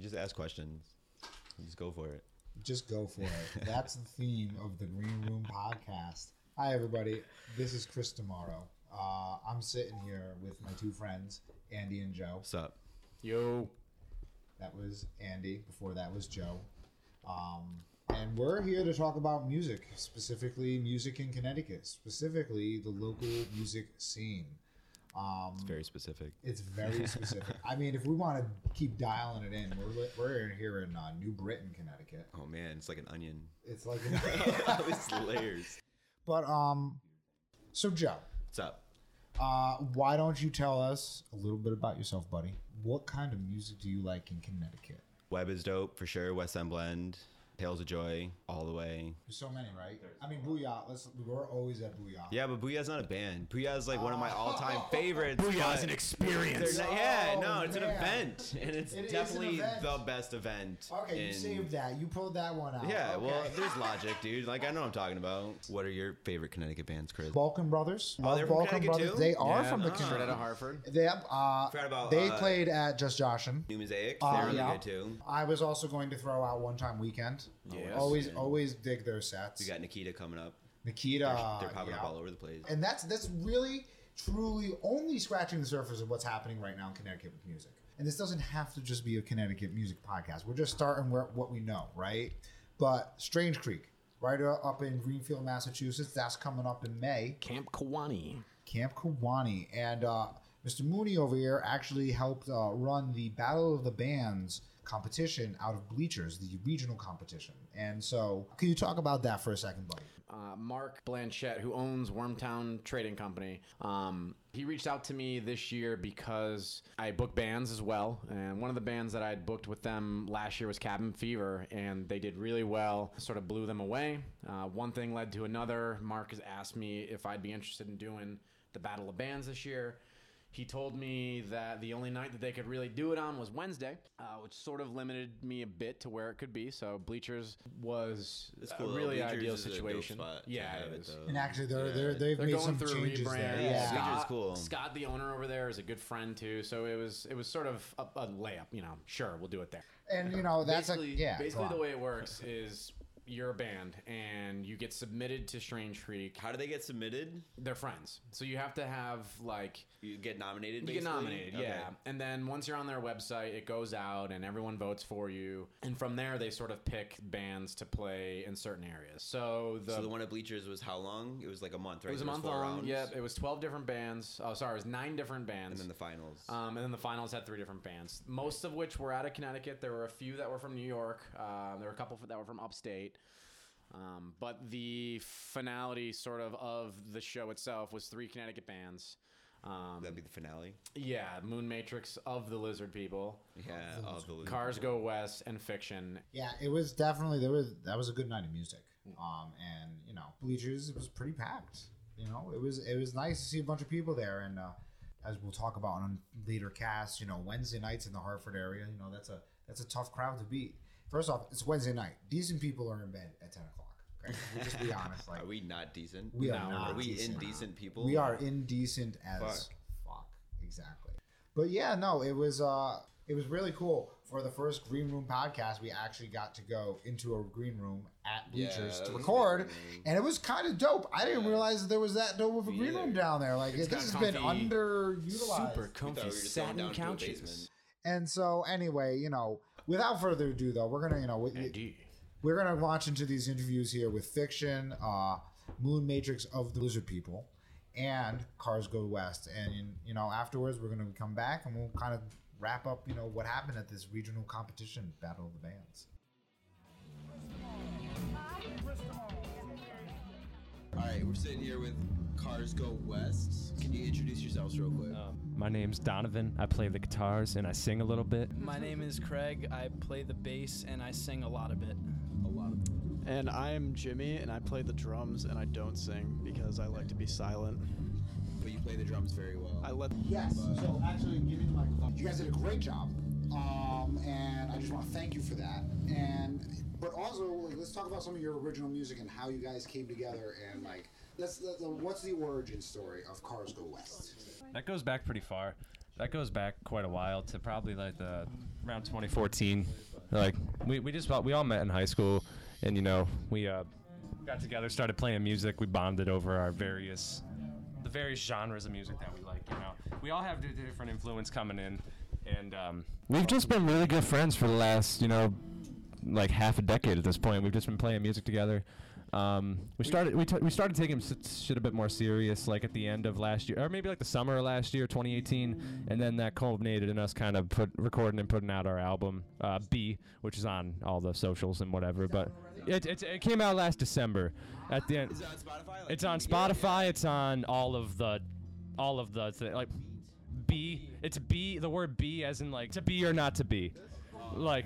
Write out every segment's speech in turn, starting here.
just ask questions. You just go for it. Just go for it. That's the theme of the Green Room podcast. Hi, everybody. This is Chris Tomorrow. Uh, I'm sitting here with my two friends, Andy and Joe. What's up? Yo. That was Andy. Before that was Joe. Um, and we're here to talk about music, specifically music in Connecticut, specifically the local music scene. Um, It's very specific. It's very specific. I mean, if we want to keep dialing it in, we're, li- we're here in uh, New Britain, Connecticut. Oh man, it's like an onion. It's like, it's layers. but um, so Joe, What's up? uh, why don't you tell us a little bit about yourself, buddy? What kind of music do you like in Connecticut? Web is dope for sure. West End Blend, Tales of Joy, all the way. There's so many, right? I mean, Booyah. Let's we're always at Booyah. Yeah, but Booyah's not a band. Booyah's like one of my all-time favorites. Booyah's but an they're experience. not- yeah, Oh, no, it's an man. event, and it's It is an definitely event. the best event. Okay, you in- saved that. You pulled that one out. Yeah, Okay. well, there's logic, dude. Like I know what I'm talking about. What are your favorite Connecticut bands, Chris? Balkan Brothers. Love Oh, they're from Connecticut too? They are Yeah, from the ah. Straight out Connecticut. of Hartford. They have, uh, Forgot about, they uh, played at Just Joshin. New Mosaic, Uh, they're really yeah. good too. I was also going to throw out one time weekend. Yes. always Yeah. always dig their sets. We got Nikita coming up. Nikita. They're popping up Uh, yeah. all over the place. And that's that's really truly only scratching the surface of what's happening right now in Connecticut with music. And this doesn't have to just be a Connecticut music podcast. We're just starting where, what we know, right? But Strange Creek, right up in Greenfield, Massachusetts, that's coming up in May. Camp Kawani. Camp Kawani. And uh, Mr. Mooney over here actually helped uh, run the Battle of the Bands competition out of Bleachers, the regional competition. And so, can you talk about that for a second, buddy? Uh, Mark Blanchette, who owns Wormtown Trading Company, um, he reached out to me this year because I book bands as well. And one of the bands that I had booked with them last year was Cabin Fever, and they did really well, sort of blew them away. Uh, one thing led to another. Mark has asked me if I'd be interested in doing the Battle of Bands this year. He told me that the only night that they could really do it on was Wednesday, uh, which sort of limited me a bit to where it could be. So bleachers was It's a cool, though. Uh, really Bleachers ideal is a dope situation. spot to yeah, have it it, is. though. And actually, they're, Yeah. they're, they've They're made going some through a changes rebrand. there. Yeah. Yeah. Bleachers Scott, is cool. Scott, the owner over there, is a good friend too. So it was it was sort of a, a layup. You know, sure, we'll do it there. And, you know, that's basically, a, yeah. go basically on. the way it works is you're a band and you get submitted to Strange Creek. How do they get submitted? They're friends, so you have to have like You get nominated. You get basically? nominated, Okay. yeah. And then once you're on their website, it goes out and everyone votes for you. And from there, they sort of pick bands to play in certain areas. So the, So the one at Bleachers was how long? It was like a month, right? it was a month long. Yep, it was 12 different bands. Oh, sorry, it was nine different bands. And then the finals. Um, and then the finals had three different bands, most of which were out of Connecticut. There were a few that were from New York. Um, there were a couple that were from upstate. Um, but the finality, sort of, of the show itself was three Connecticut bands. Um, That'd be the finale. yeah, Moon Matrix of the Lizard People, Yeah, of the Cars Go West, and Fiction. Yeah, it was definitely there was that was a good night of music. Hmm. Um, and you know, bleachers it was pretty packed. You know, it was it was nice to see a bunch of people there. And uh, as we'll talk about on later cast, you know, Wednesday nights in the Hartford area, you know, that's a that's a tough crowd to beat. First off, it's Wednesday night. Decent people are in bed at ten o'clock. Okay, We'll just be honest. Like Are we not decent? we No, are not Are we decent. indecent people? We are indecent as Fuck. fuck. Exactly. But yeah, no, it was uh it was really cool. For the first Green Room podcast, we actually got to go into a green room at Yeah, Bleachers that to was record, amazing. and it was kind of dope. I didn't Yeah. realize that there was that dope of a Me green either. room down there. Like got this has been comfy, underutilized. Super We thought comfy we were just going down satin to a couches. basement. And so, anyway, you know, without further ado, though, we're gonna, you know, we, Indeed. we're gonna launch into these interviews here with fiction, uh, Moon Matrix of the Lizard People, and Cars Go West. And you know, afterwards we're gonna come back and we'll kind of wrap up, you know, what happened at this regional competition, Battle of the Bands. All right, we're sitting here with Cars Go West. Can you introduce yourselves real quick? My name's Donovan. I play the guitars and I sing a little bit. My name is Craig. I play the bass and I sing a lot of it. a lot of them. And I'm Jimmy, and I play the drums, and I don't sing because I like to be silent. But you play the drums very well. I let Yes. So actually, give me the microphone. You guys did a great job, um, and I just want to thank you for that. And but also, like, let's talk about some of your original music and how you guys came together. And like, let's let, what's the origin story of Cars Go West? That goes back pretty far. That goes back quite a while to probably like the around 2014. Like we, we just about- we all met in high school, and you know we uh, got together, started playing music. We bonded over our various the various genres of music that we like. You know, we all have di- different influence coming in, and um, we've just been really good friends for the last you know like half a decade at this point. We've just been playing music together. Um, we started we, t- we started taking s- shit a bit more serious like at the end of last year or maybe like the summer of last year 2018 and then that culminated in us kind of put recording and putting out our album uh, B which is on all the socials and whatever but it, it, it came out last December at the end Is it on Spotify? Like, it's can on we get it? Spotify it's on all of the all of the thi- like B it's B the word B as in like to be or not to be like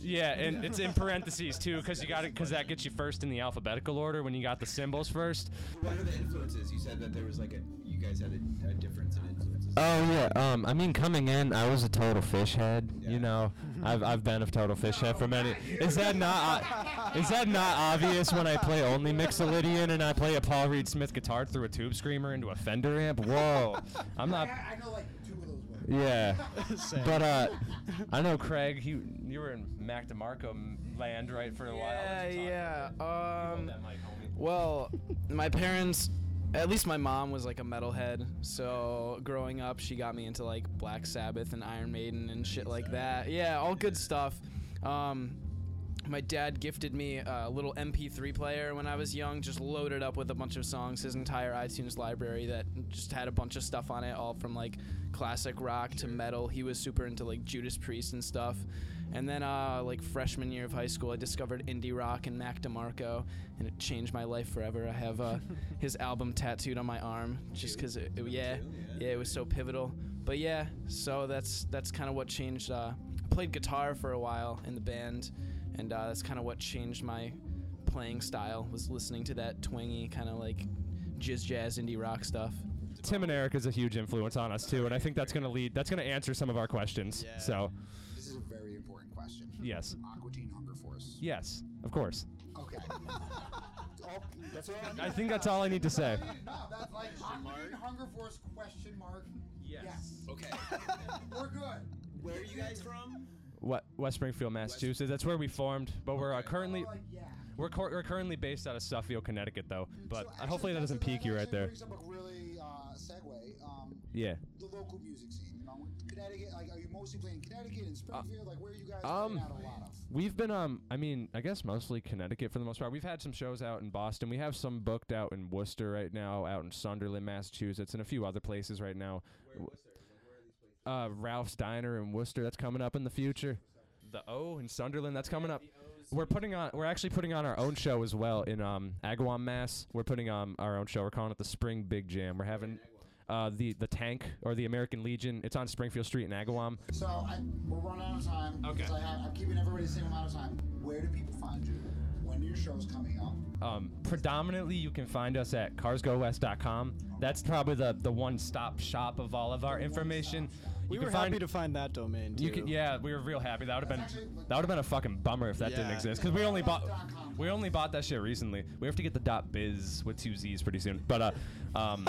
yeah, and it's in parentheses too, because you got it, because that gets you first in the alphabetical order when you got the symbols first. What are the influences? You said that there was like a you guys had a, a difference in influences. Oh yeah, um, I mean, coming in, I was a total fish head. Yeah. You know, I've, I've been a total fish head for many. Is that not o- is that not obvious when I play only Mixolydian and I play a Paul Reed Smith guitar through a tube screamer into a Fender amp? Whoa, I'm not. I know like two of those words. Yeah, Same. but uh, I know Craig. You you were in Mac DeMarco land right for a while. Yeah, yeah. Um, That mic, homie. well, my parents, at least my mom was like a metalhead. So growing up, she got me into like Black Sabbath and Iron Maiden and shit like that. Yeah, all good stuff. Um, my dad gifted me a little MP3 player when I was young, just loaded up with a bunch of songs, his entire iTunes library that just had a bunch of stuff on it, all from like classic rock to metal. He was super into like Judas Priest and stuff. And then, uh, like freshman year of high school, I discovered indie rock and Mac DeMarco, and it changed my life forever. I have uh, his album tattooed on my arm just because, it, it- yeah, yeah, it was so pivotal. But yeah, so that's that's kind of what changed. Uh, I played guitar for a while in the band, and uh, that's kind of what changed my playing style was listening to that twangy kind of like jizz jazz indie rock stuff. Tim and Eric is a huge influence on us too, and I think that's going to lead. That's going to answer some of our questions. Yeah. So, This is a very important question. yes, Aqua Teen Hunger Force. yes, of course. Okay. Oh, that's all I think that's all I need to say. No, that's like Aqua Teen Hunger Force question mark. Yes. Okay. We're good. Where are you guys from? What West Springfield, Massachusetts. That's where we formed, but we're uh, currently Like, yeah. we're, cor- we're currently based out of Suffield, Connecticut, though. But So uh, actually, hopefully that doesn't pique you right actually there. brings up a really uh, segue. Um, Yeah. the local music scene. You know, Connecticut. Like, are you mostly playing Connecticut and Springfield? like, where are you guys Uh, um, playing out a lot of? We've been, um, I mean, I guess mostly Connecticut for the most part. We've had some shows out in Boston. We have some booked out in Worcester right now, out in Sunderland, Massachusetts, and a few other places right now. Uh, Ralph's Diner in Worcester, that's coming up in the future. The O in Sunderland, that's coming up. We're putting on, we're actually putting on our own show as well in um, Agawam, Mass. We're putting um, our own show. We're calling it the Spring Big Jam. We're having uh, the the Tank or the American Legion. It's on Springfield Street in Agawam. So I, we're running out of time. Okay. because I have, I'm keeping everybody the same amount of time. Where do people find you? When are your shows coming up? Um, predominantly, you can find us at carsgowest.com. That's probably the, the one stop shop of all of our information. we you were can find, happy to find that domain too. You can, yeah, we were real happy. That would have That's been actually, like- that would have been a fucking bummer if that didn't Yeah. exist because we only bought .com. we only bought that shit recently. We have to get the dot biz with two z's pretty soon. But uh, um,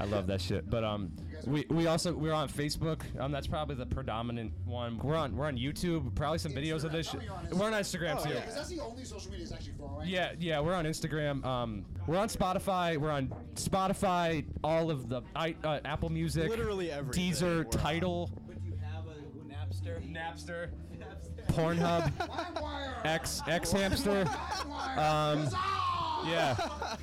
I love that shit. But um, we, we also we're on Facebook. Um, that's probably the predominant one. We're on we're on YouTube. Probably some videos of this. Instagram. Oh, shit. I'll be honest. We're on Instagram too. Because that's the only social media that's actually growing. Yeah, yeah, we're on Instagram. Um, we're on Spotify. We're on Spotify. All of the I, uh, Apple Music, Literally everything we're Deezer, on. Title, But do you have a Napster? Napster, Pornhub, LimeWire. X X Hamster. LimeWire. Um, Huzzah! Yeah.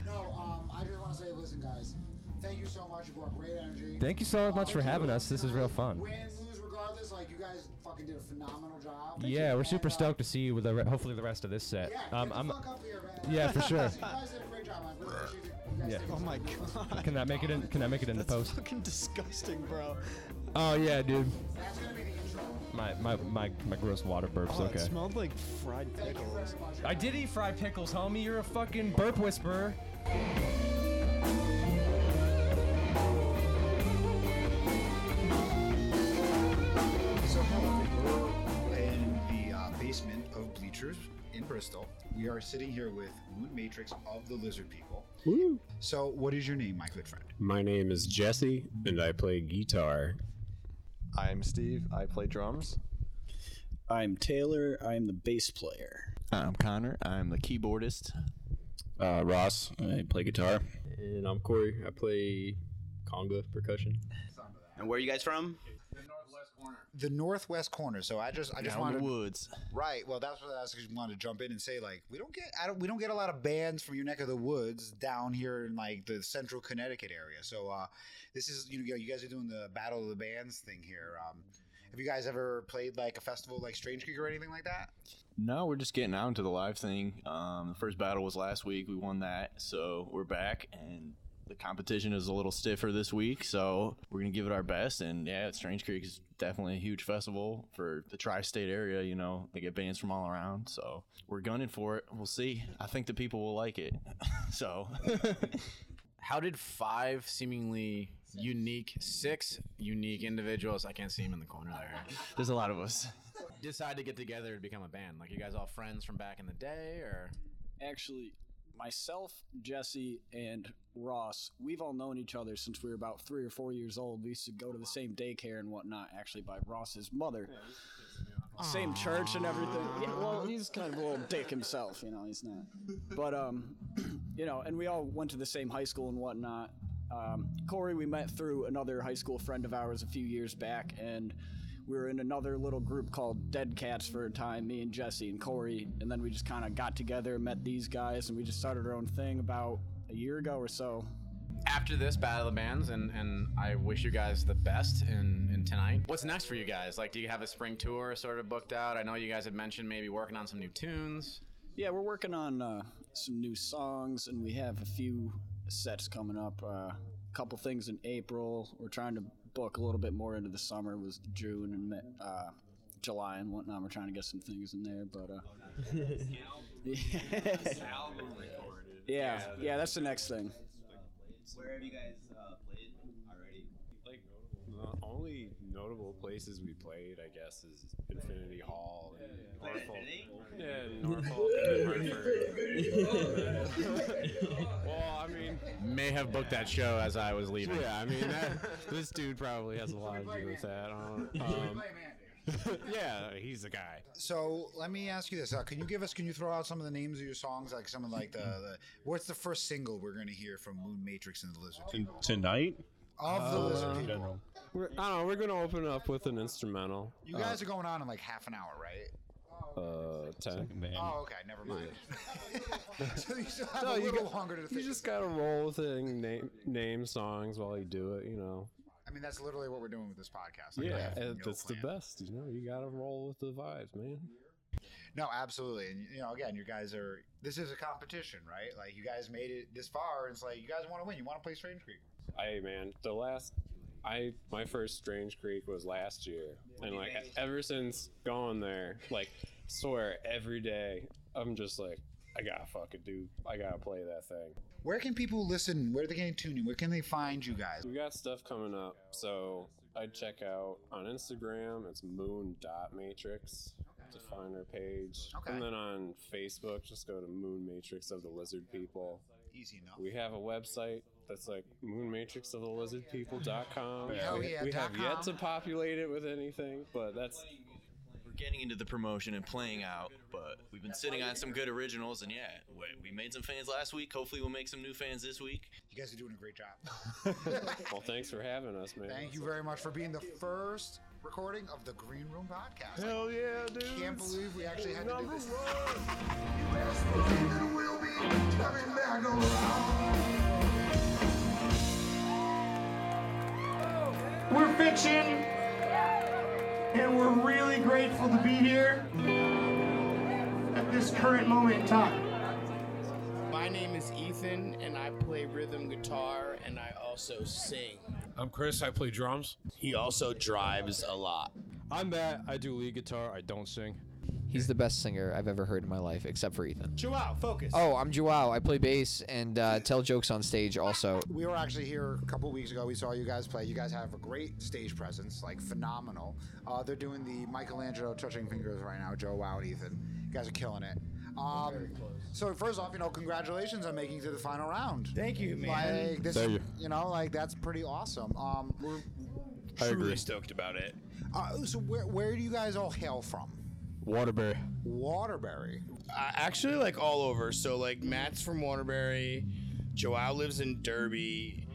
No, um, I just want to say, listen, guys. Thank you so much. You brought great energy. Thank you so Uh, much for having us. This is real fun. Win, lose, regardless, like you guys fucking did a phenomenal job. Yeah, we're And, super uh, stoked to see you with the re- hopefully the rest of this set. Yeah, Um, get I'm, the fuck up here, man. yeah, for sure. You guys did a great job. I really appreciate you guys Yeah. taking Oh my time to do this. god. can that make it in? Can I make it in the That's post? fucking disgusting, bro. Oh yeah, dude. That's gonna be the intro. My my my, my gross water burps. Oh, it okay. smelled like fried Thank you very pickles. much. I did eat fried pickles, homie. You're a fucking burp whisperer. So, hello, we're in the uh, basement of Bleachers in Bristol. We are sitting here with Moon Matrix of the Lizard People. Woo. So, what is your name, my good friend? My name is Jesse, and I play guitar. I'm Steve. I play drums. I'm Taylor. I'm the bass player. I'm Connor. I'm the keyboardist. Uh, Ross, I play guitar. And I'm Corey. I play conga percussion. And where are you guys from? the northwest corner. So I just I just Down wanted the woods. Right. Well, that's what I was just wanted to jump in and say like we don't get I don't we don't get a lot of bands from your neck of the woods down here in like the central Connecticut area. So uh, this is you know you guys are doing the battle of the bands thing here. Um, have you guys ever played like a festival like Strange Creek or anything like that? No, we're just getting out into the live thing. Um, the first battle was last week. We won that, so we're back, and the competition is a little stiffer this week. So we're gonna give it our best. And yeah, Strange Creek is definitely a huge festival for the tri-state area. You know, they get bands from all around, so we're gunning for it. We'll see. I think the people will like it. so How did five seemingly unique, six unique individuals, I can't see him in the corner there, there's a lot of us. decide to get together to become a band? Like, you guys all friends from back in the day, or? Actually, myself, Jesse, and Ross, we've all known each other since we were about three or four years old. We used to go to the same daycare and whatnot, actually, by Ross's mother. Same church and everything. Yeah, well, he's kind of a little dick himself, you know, he's not. But, um, you know, and we all went to the same high school and whatnot. Um, Corey, we met through another high school friend of ours a few years back, and we were in another little group called Dead Cats for a time, me and Jesse and Corey, and then we just kind of got together, met these guys, and we just started our own thing about a year ago or so. After this battle of the bands, and, and I wish you guys the best in, in tonight. What's next for you guys? Like, do you have a spring tour sort of booked out? I know you guys had mentioned maybe working on some new tunes. Yeah, we're working on uh, some new songs, and we have a few sets coming up. uh, couple things in April. We're trying to book a little bit more into the summer. It was June and Ma- uh, July and whatnot. We're trying to get some things in there, but uh, yeah, yeah, that's the next thing. Where have you guys uh, played already? Like, The only notable places we played, I guess, is Infinity Hall and Norfolk. Yeah, and Norfolk and Hartford. well, I mean, May have booked that show as I was leaving. yeah, I mean, that, this dude probably has a lot to do with that. I don't know. Um, yeah, he's the guy. So let me ask you this: uh, Can you give us? Can you throw out some of the names of your songs? Like some of like the, the what's the first single we're gonna hear from Moon Matrix and the Lizard? People? Tonight? Of the Uh, Lizard People. We're, I don't know. We're gonna open up with an instrumental. You guys are going on in like half an hour, right? uh, uh, ten. Oh, okay, never mind. so you still have No, a you little got- longer to You think. just gotta roll with it and name name songs while you do it. You know. I mean, that's literally what we're doing with this podcast. Like, we Yeah, have and no that's the plan. best. You know, you gotta roll with the vibes, man. No, absolutely. And you know, again, you guys are this is a competition, right? Like you guys made it this far, and it's like you guys want to win. You want to play Strange Creek. Hey, man, the last. I my first Strange Creek was last year, and like ever since going there, like swear every day I'm just like I gotta fucking do, I gotta play that thing. Where can people listen? Where they can tune in? Where can they find you guys? We got stuff coming up, so I'd check out on Instagram. It's Moon Dot Matrix to find our page, and then on Facebook, just go to Moon Matrix of the Lizard People. Easy enough. We have a website that's like moonmatrixofthelizardpeople.com. Yeah, we, Oh, yeah, we dot have yet com. to populate it with anything, but that's We're getting into the promotion and playing out, but we've been sitting on some good originals, and yeah, we, we made some fans last week. Hopefully, we'll make some new fans this week. You guys are doing a great job. well. Thanks for having us, man. Thank you very much for being the first recording of the Green Room podcast. Hell yeah, dude! Can't believe we actually had to do this. We're bitching, and we're really grateful to be here at this current moment in time. My name is Ethan, and I play rhythm guitar, and I also sing. I'm Chris. I play drums. He also drives a lot. I'm Matt. I do lead guitar. I don't sing. He's the best singer I've ever heard in my life, except for Ethan. Joao, focus. Oh, I'm Joao. I play bass and uh, tell jokes on stage also. We were actually here a couple weeks ago. We saw you guys play. You guys have a great stage presence, like phenomenal. Uh, they're doing the Michelangelo touching fingers right now. Joe, wow, and Ethan, you guys are killing it. Um, So first off, you know, congratulations on making it to the final round. Thank you, man. Like this, Thank you. you. know, like that's pretty awesome. Um, agree. truly stoked about it. Uh, so where where do you guys all hail from? Waterbury. Waterbury. Uh, actually, like all over. So like Matt's from Waterbury. Joao lives in Derby.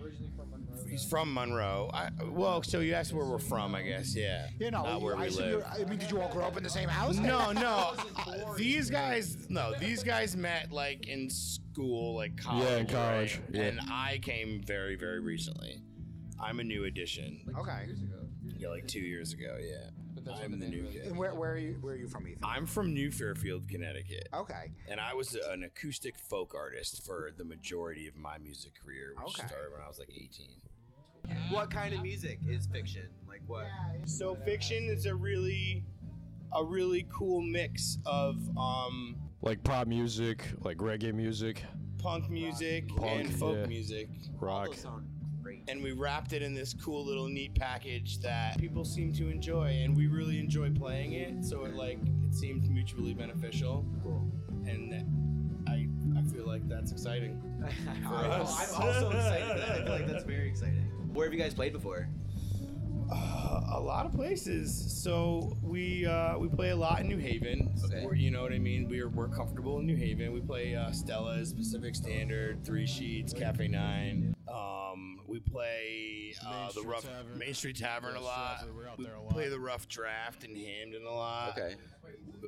He's from Monroe. I, well, so you asked where we're from, I guess. Yeah. You know, Not where I, we assume live. you're- I mean, did you all grow up in the same house? No, no. Uh, these guys, no, these guys met like in school, like college. Yeah, in college, right? yeah. And I came very, very recently. I'm a new addition. okay. Yeah, like two years ago. Yeah. I'm the new kid. And where, where are you where are you from, Ethan? I'm from New Fairfield, Connecticut. Okay. And I was an acoustic folk artist for the majority of my music career, which Okay. started when I was like 18. What kind of music is fiction? Like what? So fiction is a really a really cool mix of um, Like pop music, like reggae music, punk music Punk, and folk yeah. music. rock. And we wrapped it in this cool little neat package that people seem to enjoy, and we really enjoy playing it. So it like it seemed mutually beneficial. Cool. And that, I I feel like that's exciting. for I'm al- us. I'm also excited. for that. I feel like that's very exciting. Where have you guys played before? Uh, a lot of places. So we uh, we play a lot in New Haven. We're, you know what I mean. We're we're comfortable in New Haven. We play uh, Stella's, Pacific Standard, Three Sheets, Cafe Nine. Um, we play uh, the Street Rough Tavern. Main Street Tavern a Yeah, lot. so we're out we there a play the Rough Draft in Hamden a lot. Okay.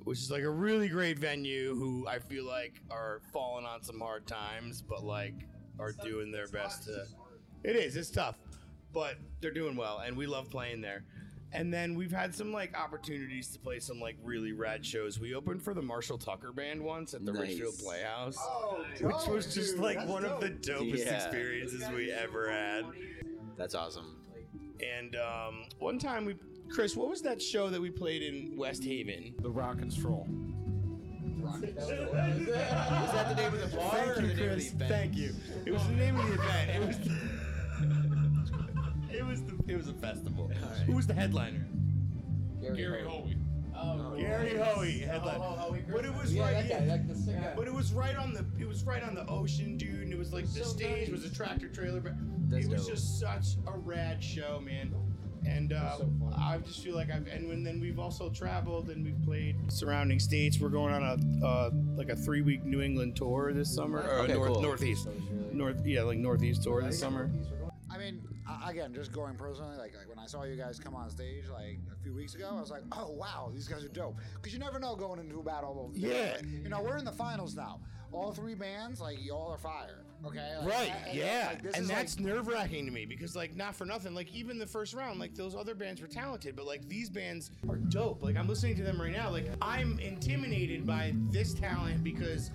Which is like a really great venue. Who I feel like are falling on some hard times, but like are doing their best to. It is. It's tough, but they're doing well, and we love playing there. And then we've had some like opportunities to play some like really rad shows. We opened for the Marshall Tucker Band once at the Nice. Richfield Playhouse, Oh, which was dope, just dude. like That's one of the dope. dopest Yeah. experiences we ever had. That's awesome. And um, one time we, Chris, what was that show that we played in West Haven? The Rock and Stroll. Is that the name of the bar? or Thank the you, name of Chris. the event? Thank you. It was the name of the event. It was. it was the. It was a festival. Who was the headliner? Gary, Hoey. Oh, Gary nice. Hoey headline. Oh, Hoey but it was Yeah, that right. guy, yeah. like the singer. But it was right on the. It was right on the ocean, dude. And it was like the stage was a tractor trailer. But it was dope. just such a rad show, man. And uh, I just feel like I've. And when, then we've also traveled and we've played surrounding states. We're going on a uh, like a three week New England tour this summer. Or Okay, north, cool. Northeast. North. Yeah, like northeast tour this summer. I mean, I- again, just going personally, like, like when I saw you guys come on stage like a few weeks ago, I was like, oh wow, these guys are dope. Because you never know going into a battle. of- Yeah. Like, you know, we're in the finals now. All three bands, like y'all are fire. Okay. Like, Right, I- I- yeah. like, this and is, like, that's nerve wracking to me because, like, not for nothing, like, even the first round, like, those other bands were talented, but, like, these bands are dope. Like, I'm listening to them right now. Like, I'm intimidated by this talent because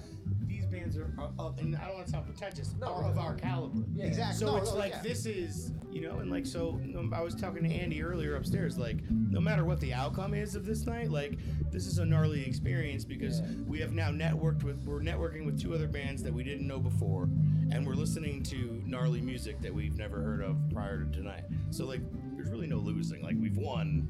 these bands are of, of- and I don't want to sound pretentious, are of our caliber. Yeah. Exactly. So No, it's no, like, yeah. this is, you know, and, like, so um, I was talking to Andy earlier upstairs, like, no matter what the outcome is of this night, like, this is a gnarly experience because we have now networked with, we're networking with two other bands that we didn't know before and we're listening to gnarly music that we've never heard of prior to tonight. So like, there's really no losing. Like we've won,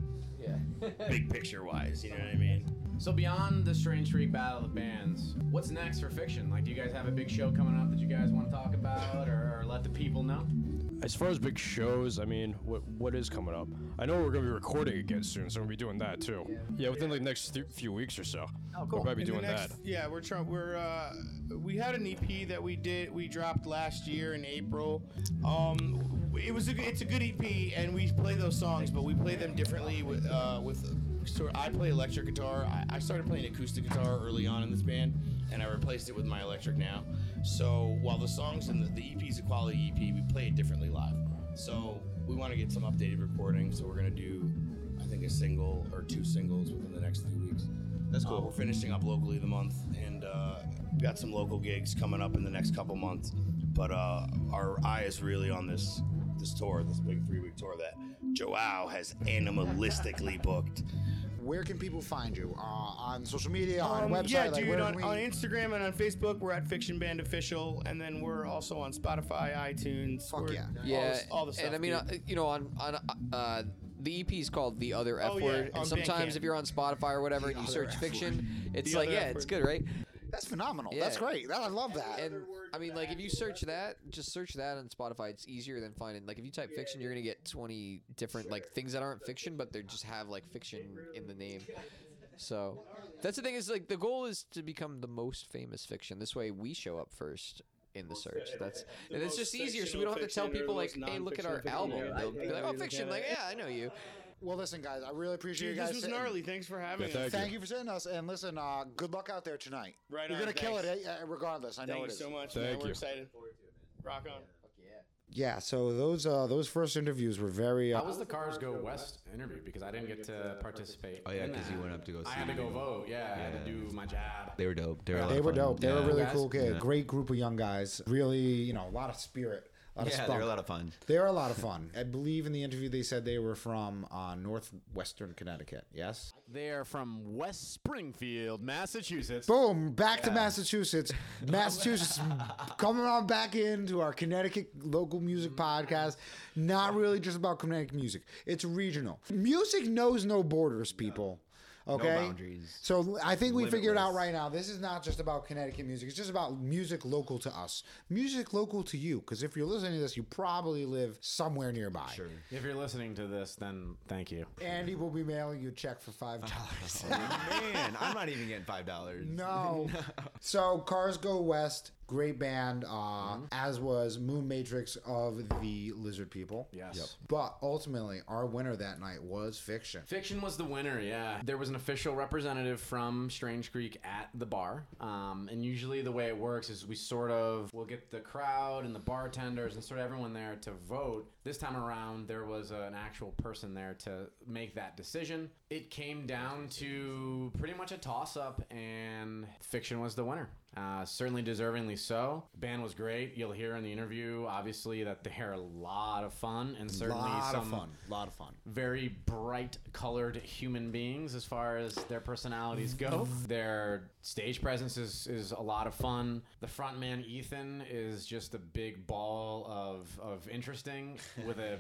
big picture wise. You know what I mean? So beyond the Strange Freak Battle of the Bands, what's next for fiction? Like, do you guys have a big show coming up that you guys want to talk about, or, or let the people know? As far as big shows, I mean, what what is coming up? I know we're gonna be recording again soon, so we're gonna be doing that too. Yeah, within like the next th- few weeks or so. Oh, We'll probably be In the doing next- that. Yeah, we're trying. We're uh, we had an EP that we did we dropped last year in April. Um, it was a, good- it's a good EP, and we play those songs, but we play them differently with uh, with. So I play electric guitar. I, I started playing acoustic guitar early on in this band, and I replaced it with my electric now. So while the songs and the, the EP is a quality EP, we play it differently live. So we want to get some updated recording. So we're gonna do, I think, a single or two singles within the next few weeks. That's cool. we're finishing up locally the month, and uh, we got some local gigs coming up in the next couple months. But uh, our eye is really on this this tour, this big three week tour that Joao has animalistically booked. Where can people find you? Uh, on social media, on Um, website, yeah, like, dude. where On, we... on Instagram and on Facebook, we're at Fiction Band Official, and then we're also on Spotify, iTunes. Fuck yeah, all Yeah, this- all the stuff. and I mean, dude. uh, you know, on on uh, the EP is called "The Other F Oh, yeah, Word," on and sometimes Bandcamp. if you're on Spotify or whatever and you Other search F fiction, Word. it's The like, Other yeah, F it's Word. good, right? That's phenomenal. That's great. That, I love that. And I mean, like, if you search that, just search that on Spotify. It's easier than finding. Like, if you type fiction, you're gonna get 20 different like things that aren't fiction, but they just have like fiction in the name. So that's the thing is like the goal is to become the most famous fiction. This way, we show up first in the search. That's The and it's most just easier, so we don't have to tell people fictional like, fiction or the hey, most look at non-fictional fiction. our album. Yeah, They'll I- be I like, oh, really fiction. get Like, it. yeah, I know you. Well, listen, guys, I really appreciate Dude, you guys. this was sitting- gnarly. Thanks for having thank, us. you. for sending us, and listen, uh, good luck out there tonight. Right You're on, gonna kill thanks. it, eh, eh, regardless. I know Thank it you is. so much. man. Thank We're you. excited. Rock on. Yeah. So those uh, those first interviews were very. Uh, How was the Cars Go West interview? Because I didn't get to participate. Oh, yeah, in 'cause you that. went up to go I see had to go them. vote. Yeah, I had to do my job. They were dope. They were, a lot they of were fun. dope. They were Yeah. really cool. Kid. Yeah. Great group of young guys. Really, you know, a lot of spirit. A lot of Yeah, spunk. they were a lot of fun. They are a lot of fun. I believe in the interview they said they were from uh, northwestern Connecticut. Yes. They are from West Springfield, Massachusetts. Boom! Back to Yeah. Massachusetts. Massachusetts, coming on back into our Connecticut local music podcast. Not really just about Connecticut music. It's regional. Music knows no borders, people. Okay. boundaries. So I think we figured out right now. This is not just about Connecticut music. It's just about music local to us. Music local to you. Because if you're listening to this, you probably live somewhere nearby. Sure. If you're listening to this, then thank you. Andy will be mailing you a check for five dollars. Man, I'm not even getting five dollars. No. So Cars Go West, great band, uh, as was Moon Matrix of the Lizard People. Yes. Yep. But ultimately, our winner that night was Fiction. Fiction was the winner, yeah. There was an official representative from Strange Creek at the bar. Um, and usually the way it works is we sort of will get the crowd and the bartenders and sort of everyone there to vote. This time around, there was an actual person there to make that decision. It came down to pretty much a toss up, and Fiction was the winner. Uh, certainly deservingly so. Band was great. You'll hear in the interview, obviously, that they're a lot of fun and certainly lot some of fun. lot of fun. very bright colored human beings as far as their personalities go. Mm-hmm. Their stage presence is, is a lot of fun. The front man Ethan is just a big ball of of interesting with a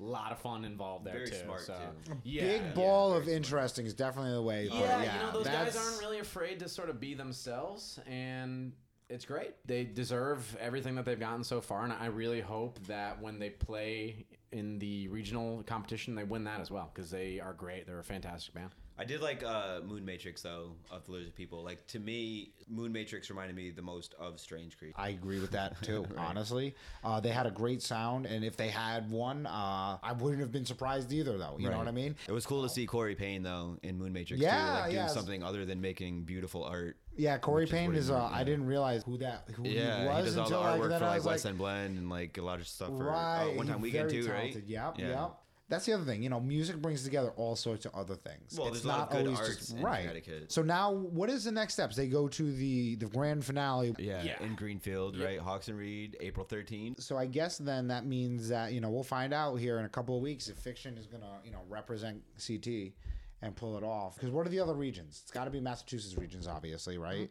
lot of fun involved there Very too. smart, so too. yeah. Big ball of interesting is definitely the way. to Oh, put it. Yeah, you know those that's- guys aren't really afraid to sort of be themselves, and it's great. They deserve everything that they've gotten so far, and I really hope that when they play in the regional competition, they win that as well because they are great. They're a fantastic band. I did like uh, Moon Matrix though of the Lizard People. Like to me, Moon Matrix reminded me the most of Strange Creek. I agree with that too. Honestly, uh, they had a great sound, and if they had one, uh, I wouldn't have been surprised either. Though, you know Right. what I mean? It was cool to see Corey Payne though in Moon Matrix. Yeah, too, like, yeah. doing something other than making beautiful art. Yeah, Corey Payne what is. he- Uh, I didn't realize who that who yeah, he was he does all until the like, artwork then for I like was West End Blend and like a lot of stuff for Right. uh, One Time he's Weekend very too, talented. right? Yep. Yeah. Yep. That's the other thing. You know, music brings together all sorts of other things. Well, it's there's a lot not of good always arts just in right. Connecticut. So now, what is the next steps? They go to the the grand finale. Yeah, in Greenfield, right? Hawks and Reed, April 13th. So I guess then that means that you know we'll find out here in a couple of weeks if Fiction is gonna you know represent CT and pull it off. Because what are the other regions? It's got to be Massachusetts regions, obviously, right?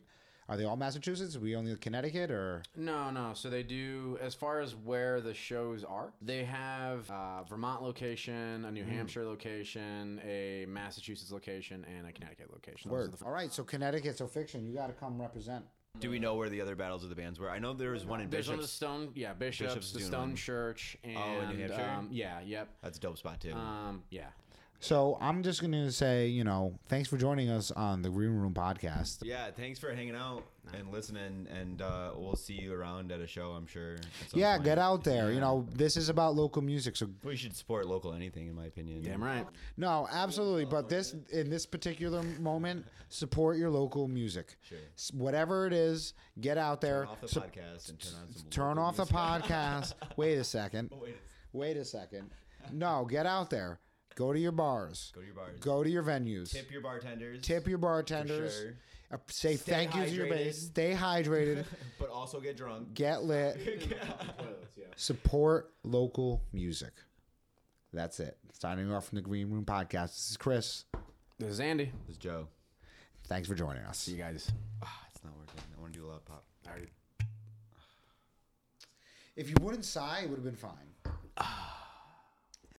Are they all Massachusetts? Are we only Connecticut or? No, no. So they do as far as where the shows are. They have uh, Vermont location, a New Mm. Hampshire location, a Massachusetts location, and a Connecticut location. Those are Word. All right, so Connecticut, so Fiction, you got to come represent. Do we know where the other battles of the bands were? I know there was one in There's one Bishops. of the Stone, yeah, Bishops, Bishops the doing Stone one. Church, and oh, in New Hampshire. um, yeah, yep. That's a dope spot too. Um, yeah. So I'm just gonna say, you know, thanks for joining us on the Green Room Podcast. Yeah, thanks for hanging out and listening, and uh, we'll see you around at a show, I'm sure. at some yeah, point. get out there. You know, this is about local music, so We should support local anything, in my opinion. Damn right. No, absolutely. But this in this particular moment, support your local music. Sure. S- Whatever it is, get out there. Turn off the Sup- podcast and turn on some. turn local off the music. podcast. Wait a second. Wait a second. Wait a second. No, get out there. Go to your bars. Go to your bars. Go to your venues. Tip your bartenders. Tip your bartenders. sure. Uh, Say Stay thank you to your base. hydrated. Stay hydrated. but also get drunk. Get lit. Support local music. That's it. Signing off from the Green Room Podcast. This is Chris. This is Andy. This is Joe. Thanks for joining us. See you guys. Ah, it's not working. I want to do a loud pop. If you wouldn't sigh, it would have been fine.